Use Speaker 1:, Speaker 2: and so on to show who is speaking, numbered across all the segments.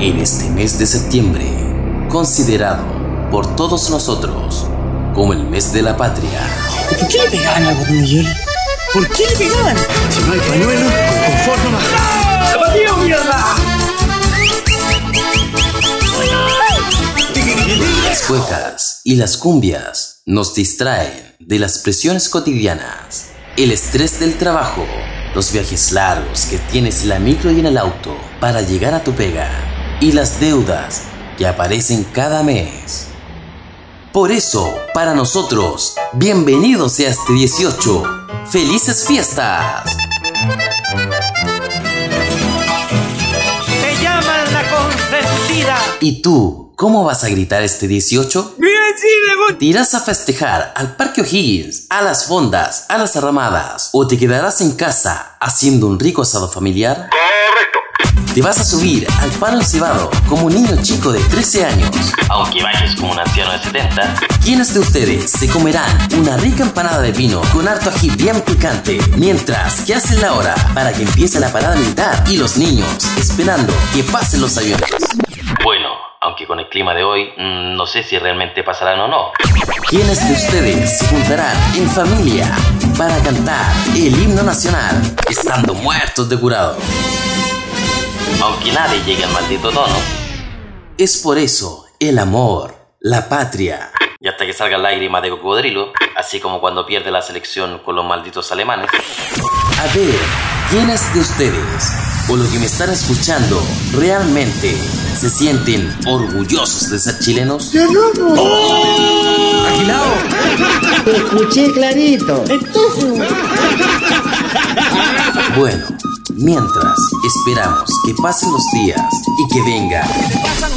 Speaker 1: en este mes de septiembre, considerado por todos nosotros como el mes de la patria.
Speaker 2: ¿Por qué le pegaban al botón ayer? ¿Por qué le pegaban?
Speaker 3: Si no hay pañuelo, con confort nomás.
Speaker 2: ¡Zapatillo, mierda!
Speaker 1: Las cuecas y las cumbias nos distraen de las presiones cotidianas, el estrés del trabajo, los viajes largos que tienes en la micro y en el auto para llegar a tu pega y las deudas que aparecen cada mes. Por eso, para nosotros, bienvenidos a este 18. ¡Felices fiestas!
Speaker 4: Te llaman la consentida.
Speaker 1: ¿Y tú, cómo vas a gritar este 18?
Speaker 4: ¡Miren si le gusta!
Speaker 1: ¿Te irás a festejar al Parque O'Higgins, a las fondas, a las arramadas? ¿O te quedarás en casa haciendo un rico asado familiar? Te vas a subir al palo encebado como un niño chico de 13 años. Aunque vayas como un anciano de 70. ¿Quiénes de ustedes se comerán una rica empanada de vino con harto ají bien picante? Mientras que hacen la hora para que empiece la parada militar y los niños esperando que pasen los aviones. Bueno, aunque con el clima de hoy mm, no sé si realmente pasarán o no. ¿Quiénes de ustedes se juntarán en familia para cantar el himno nacional estando muertos de curado? aunque nadie llegue al maldito tono. Es por eso el amor, la patria. Y hasta que salgan lágrimas de cocodrilo, así como cuando pierde la selección con los malditos alemanes. A ver, ¿quiénes de ustedes o los que me están escuchando realmente se sienten orgullosos de ser chilenos? ¡Agilao!
Speaker 5: Te escuché clarito.
Speaker 1: Bueno, mientras esperamos que pasen los días y que venga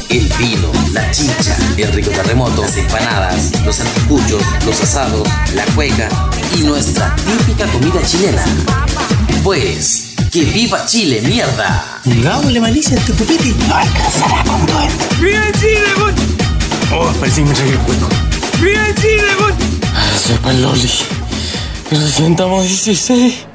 Speaker 1: el vino, la chicha, el rico terremoto, las empanadas, los anticuchos, los asados, la cueca y nuestra típica comida chilena. Pues, que viva Chile, mierda.
Speaker 2: Pongámosle malicia a este copete. No alcanzará con todo esto.
Speaker 4: ¡Miren si le gusta!
Speaker 3: Oh, parece que me Ah, tragué el cuento.
Speaker 4: ¡Miren si le gusta!
Speaker 2: Soy Paloli. Pero si 16.